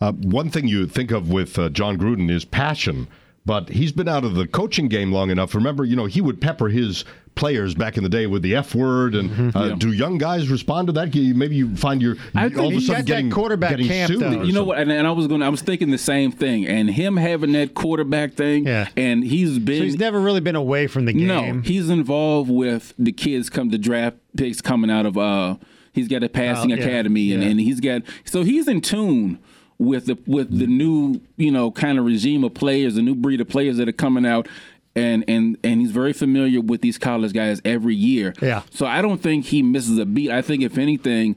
Uh, one thing you think of with uh, John Gruden is passion, but he's been out of the coaching game long enough. Remember, you know, he would pepper his players back in the day with the F word, and Mm-hmm. uh, do young guys respond to that? Can you- Maybe you find your I all think of a he's sudden got that getting quarterback getting camp, sued though. or You know You know something. what? And, and I was going. to I was thinking the same thing. And him having that quarterback thing. Yeah. And he's been. he's never really been away from the game. No, he's involved with the kids come the draft picks coming out of uh he's got a passing Oh, yeah, academy and, yeah. and he's got so he's in tune with the with the new, you know, kind of regime of players, the new breed of players that are coming out and and and he's very familiar with these college guys every year. Yeah. So I don't think he misses a beat. I think if anything,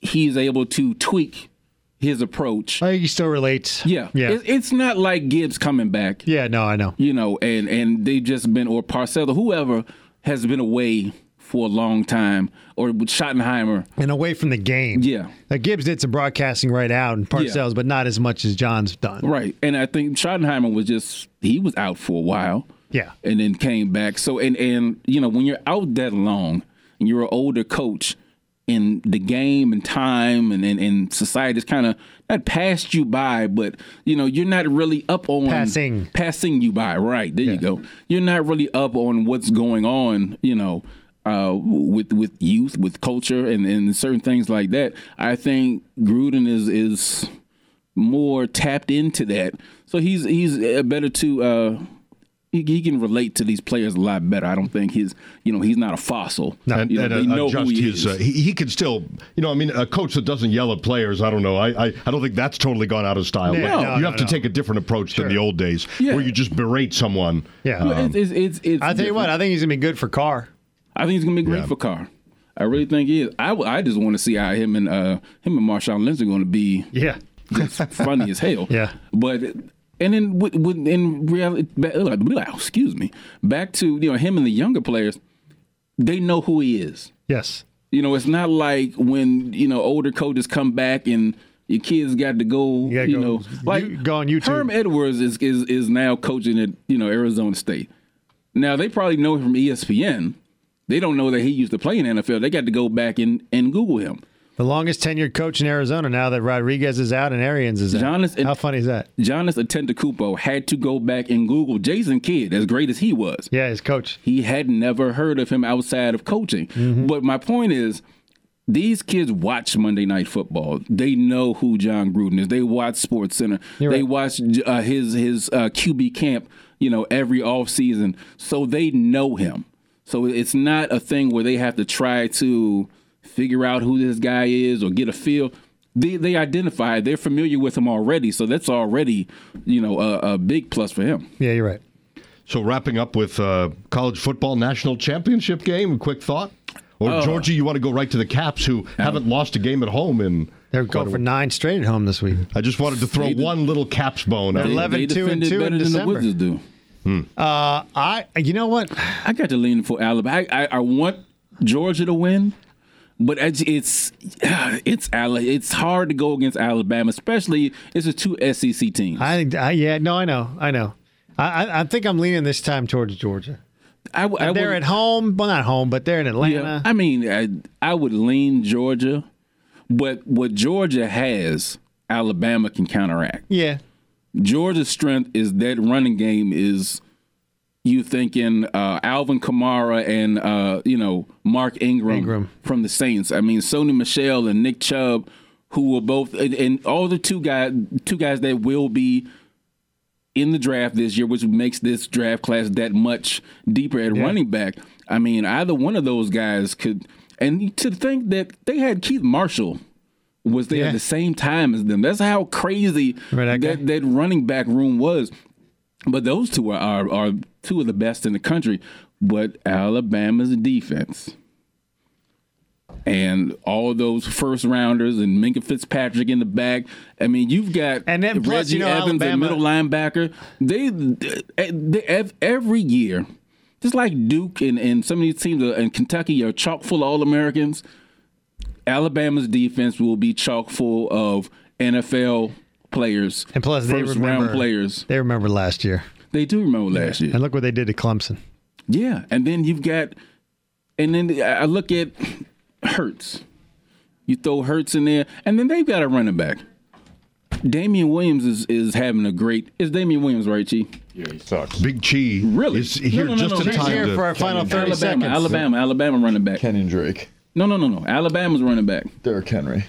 he's able to tweak his approach. I think he still relates. Yeah. yeah, It- it's not like Gibbs coming back yeah. No, I know. you know, and and they've just been or Parcells, whoever has been away for a long time, or with Schottenheimer. And away from the game. Yeah. Now, Gibbs did some broadcasting right out and Parcells, Yeah. but not as much as John's done. Right. And I think Schottenheimer was just he was out for a while. Yeah. And then came back. So and and you know, when you're out that long and you're an older coach and the game and time and, and, and society is kind of not passed you by, but you know you're not really up on Passing. passing you by. Right there, you go. You're not really up on what's going on. You know, uh, with with youth, with culture, and, and certain things like that. I think Gruden is is more tapped into that. So he's he's uh, better to uh, he, he can relate to these players a lot better. I don't think he's you know he's not a fossil. and, You know, and, they uh, know who adjust he his. is. Uh, he, he can still, you know, I mean, a coach that doesn't yell at players, I don't know. I, I, I don't think that's totally gone out of style. No, But no, you no, have to no. take a different approach than the old days, Yeah. where you just berate someone. Yeah. Well, it's, it's, it's, it's uh, um, I tell you what, different. I think he's gonna be good for Carr. I think he's gonna be great Yeah. for Carr. I really think he is. I, w- I just want to see how him and uh him and Marshawn Lynch are going to be Yeah. just funny as hell. Yeah. But and then with, with in reality, ba- uh, blah, excuse me, back to you know him and the younger players, they know who he is. Yes. You know, it's not like when you know older coaches come back and your kids got to go. gotta you go- know, like you- go on YouTube. Herm Edwards is is is now coaching at you know Arizona State. Now they probably know him from E ESPN. They don't know that he used to play in the NFL. They got to go back and, and Google him. The longest tenured coach in Arizona now that Rodriguez is out and Arians is out. Giannis and- How funny is that? Giannis Antetokounmpo had to go back and Google Jason Kidd, as great as he was. Yeah, his coach. He had never heard of him outside of coaching. Mm-hmm. But my point is, these kids watch Monday Night Football. They know who John Gruden is. They watch Sports Center. You're they right. watch uh, his his uh, QB camp. You know, every offseason. so they know him. So it's not a thing where they have to try to figure out who this guy is or get a feel. They they identify. They're familiar with him already. So that's already you know a, a big plus for him. Yeah, you're right. So wrapping up with uh, college football national championship game. A quick thought, or Georgie, you want to go right to the Caps, who haven't lost a game at home in. They're going for nine straight at home this week. I just wanted to throw one little Caps bone. out. They- 11, they 2, and defended 2 in better than the December. Wizards do. Uh, I, you know what? I got to lean for Alabama. I, I, I want Georgia to win, but it's it's it's Ala- It's hard to go against Alabama, especially it's a two E SEC teams. I, I, I yeah, no, I know, I know. I, I, I think I'm leaning this time towards Georgia. w- I They're would- at home, well, not home, but they're in Yeah, Atlanta. I mean, I, I would lean Georgia, but what Georgia has, Alabama can counteract. Yeah, Georgia's strength is that running game is you thinking uh, Alvin Kamara and uh, you know Mark Ingram, Ingram. from the Saints. I mean Sony Michelle and Nick Chubb, who will both and, and all the two guys two guys that will be in the draft this year, which makes this draft class that much deeper at running back. I mean either one of those guys could. And to think that they had Keith Marshall was there Yeah. at the same time as them. That's how crazy Right, that guy? that, that running back room was. But those two are, are are two of the best in the country. But Alabama's defense and all those first rounders and Minka Fitzpatrick in the back. I mean, you've got And then plus, Reggie you know, Evans, the Alabama- middle linebacker. They, they ev- every year, just like Duke and, and some of these teams are- and Kentucky are chock full of All Americans. Alabama's defense will be chock full of NFL players and plus they first remember round players. They remember last year, They do remember last year. and look what they did to Clemson. Yeah, and then you've got, and then I look at Hertz. You throw Hertz in there, and then they've got a running back. Damian Williams is is having a great. It's Damian Williams, right, Chi? Big Chi Really? is here No, no, no, just no, in he's time here to for our final thirty Alabama, seconds. Alabama, Alabama running back. Kenyon Drake, No, no, no, no. Alabama's running back. Derrick Henry.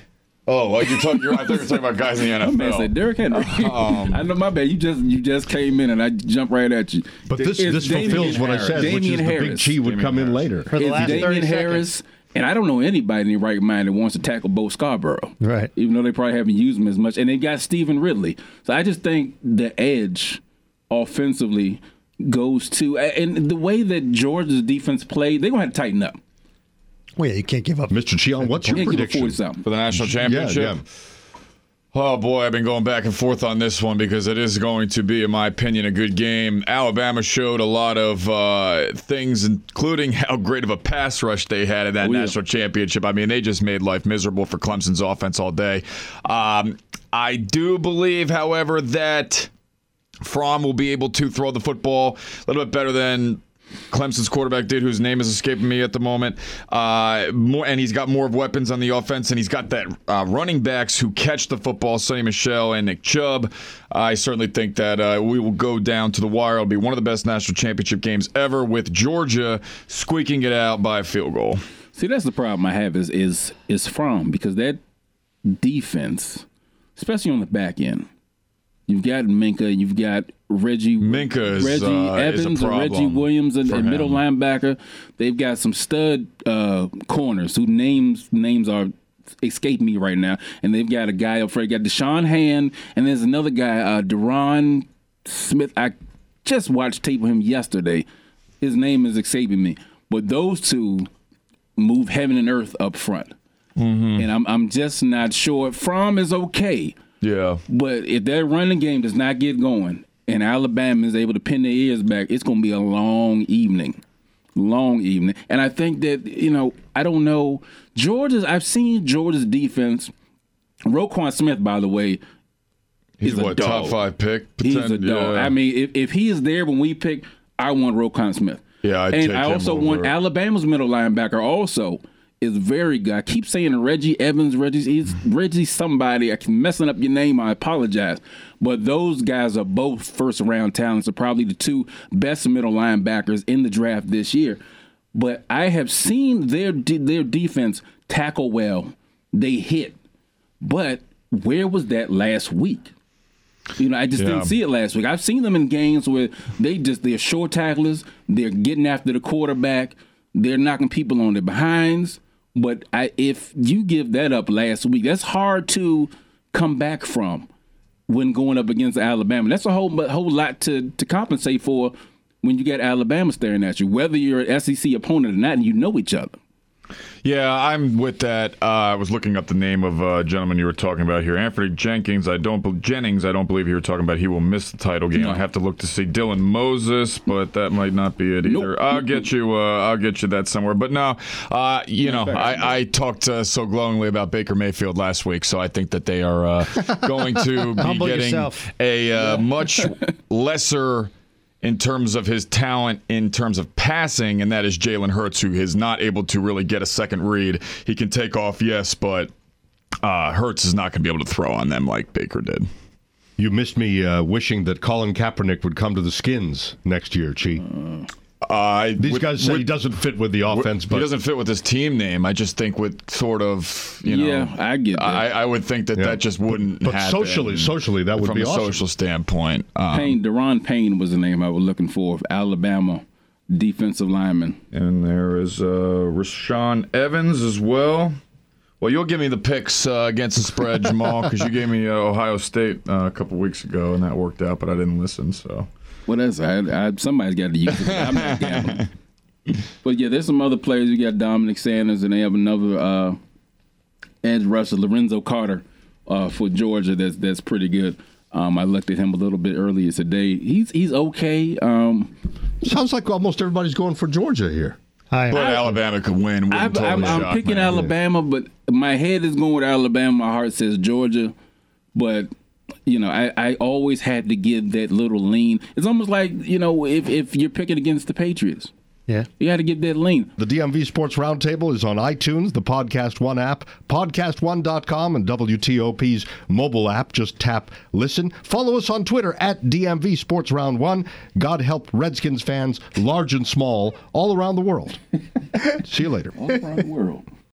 Oh, well, you're talking. You're, I thought you were talking about guys in the NFL. Oh. Man, I said Derrick Henry. Um, I know my bad. You just you just came in and I jumped right at you. But this It's this Damian fulfills what I said, Harris. which is Damian the Big Harris. Chi would come in Harris. later. For the It's last 30 Damian seconds. Harris, and I don't know anybody in their right mind that wants to tackle Bo Scarborough. Right. Even though they probably haven't used him as much. And they got Steven Ridley. So I just think the edge offensively goes to and the way that Georgia's defense played, they're gonna have to tighten up. Well, yeah, you can't give up. Mr. Chion, what's your Can't give a prediction? 40 something. for the national Yeah, championship. yeah. Oh boy, I've been going back and forth on this one because it is going to be, in my opinion, a good game. Alabama showed a lot of uh, things, including how great of a pass rush they had in that Oh, yeah. national championship. I mean, they just made life miserable for Clemson's offense all day. Um, I do believe, however, that Fromm will be able to throw the football a little bit better than Clemson's quarterback did, whose name is escaping me at the moment. Uh, more, and he's got more of weapons on the offense, and he's got that uh, running backs who catch the football, Sonny Michelle and Nick Chubb. I certainly think that uh, we will go down to the wire. It'll be one of the best national championship games ever, with Georgia squeaking it out by a field goal. See, that's the problem I have is is is from because that defense, especially on the back end, you've got Minka, you've got Reggie Minka is, Reggie uh, is a Evans, or Reggie problem Williams, and for and middle him. linebacker. They've got some stud uh, corners who names names are escape me right now, and they've got a guy up front. Got Deshaun Hand, and there's another guy, uh, Deron Smith. I just watched tape of him yesterday. His name is escaping me, but those two move heaven and earth up front. And I'm I'm just not sure. From is okay. Yeah. But if their running game does not get going and Alabama is able to pin their ears back, it's going to be a long evening. Long evening. And I think that, you know, I don't know. Georgia's, I've seen Georgia's defense. Roquan Smith, by the way, He's, a what, dog. top five pick? He's a Pretend- dog. yeah. I mean, if, if he is there when we pick, I want Roquan Smith. Yeah, I'd and take I him also want over- Alabama's middle linebacker. Also, is very good. I keep saying Reggie Evans, Reggie he's Reggie somebody. I keep messing up your name. I apologize, but those guys are both first round talents. Are probably the two best middle linebackers in the draft this year. But I have seen their de- their defense tackle well. They hit, but where was that last week? You know, I just Yeah. didn't see it last week. I've seen them in games where they just they're short tacklers, they're getting after the quarterback, they're knocking people on their behinds. But I, if you give that up last week, that's hard to come back from when going up against Alabama. That's a whole mu- whole lot to to compensate for when you got Alabama staring at you, whether you're an SEC opponent or not, and you know each other. Yeah, I'm with that. Uh, I was looking up the name of uh, gentleman you were talking about here, Anthony Jenkins. I don't bel- Jennings. I don't believe you were talking about. He will miss the title game. I have to look to see Dylan Moses, but that might not be it either. I'll get you. Uh, I'll get you that somewhere. But no, uh, you know, I, I talked uh, so glowingly about Baker Mayfield last week, so I think that they are uh, going to be Humble getting yourself. a uh, much lesser in terms of his talent, in terms of passing, and that is Jalen Hurts, who is not able to really get a second read. He can take off, yes, but uh, Hurts is not going to be able to throw on them like Baker did. You missed me uh, wishing that Colin Kaepernick would come to the Skins next year, Chi. Uh, These guys say he doesn't fit with the offense, he but doesn't fit with his team name. I just think with sort of you know. yeah, I get that. I, I would think that Yeah. that just wouldn't but happen. socially, socially, that would from be a awesome. social standpoint. Um, Payne, Deron Payne was the name I was looking for of Alabama defensive lineman. And there is uh, Rashawn Evans as well. Well, you'll give me the picks uh, against the spread, Jamal, because you gave me uh, Ohio State uh, a couple weeks ago, and that worked out, but I didn't listen. So What else? I, I, somebody's got to use it. I'm not gambling. But yeah, there's some other players. You got Dominic Sanders, and they have another uh, edge rusher, Lorenzo Carter, uh, for Georgia. That's that's pretty good. Um, I looked at him a little bit earlier today. He's he's okay. Um, Sounds like almost everybody's going for Georgia here. I, but Alabama could win. Wouldn't I've, totally I'm, I'm shock picking me. Alabama, but my head is going with Alabama. My heart says Georgia, but you know, I, I always had to give that little lean. It's almost like you know, if if you're picking against the Patriots, yeah. you got to give that lean. The DMV Sports Roundtable is on iTunes, the Podcast One app, podcast1.com, and WTOP's mobile app. Just tap listen. Follow us on Twitter at DMV Sports Round One. God help Redskins fans, large and small, all around the world. See you later. All around the world.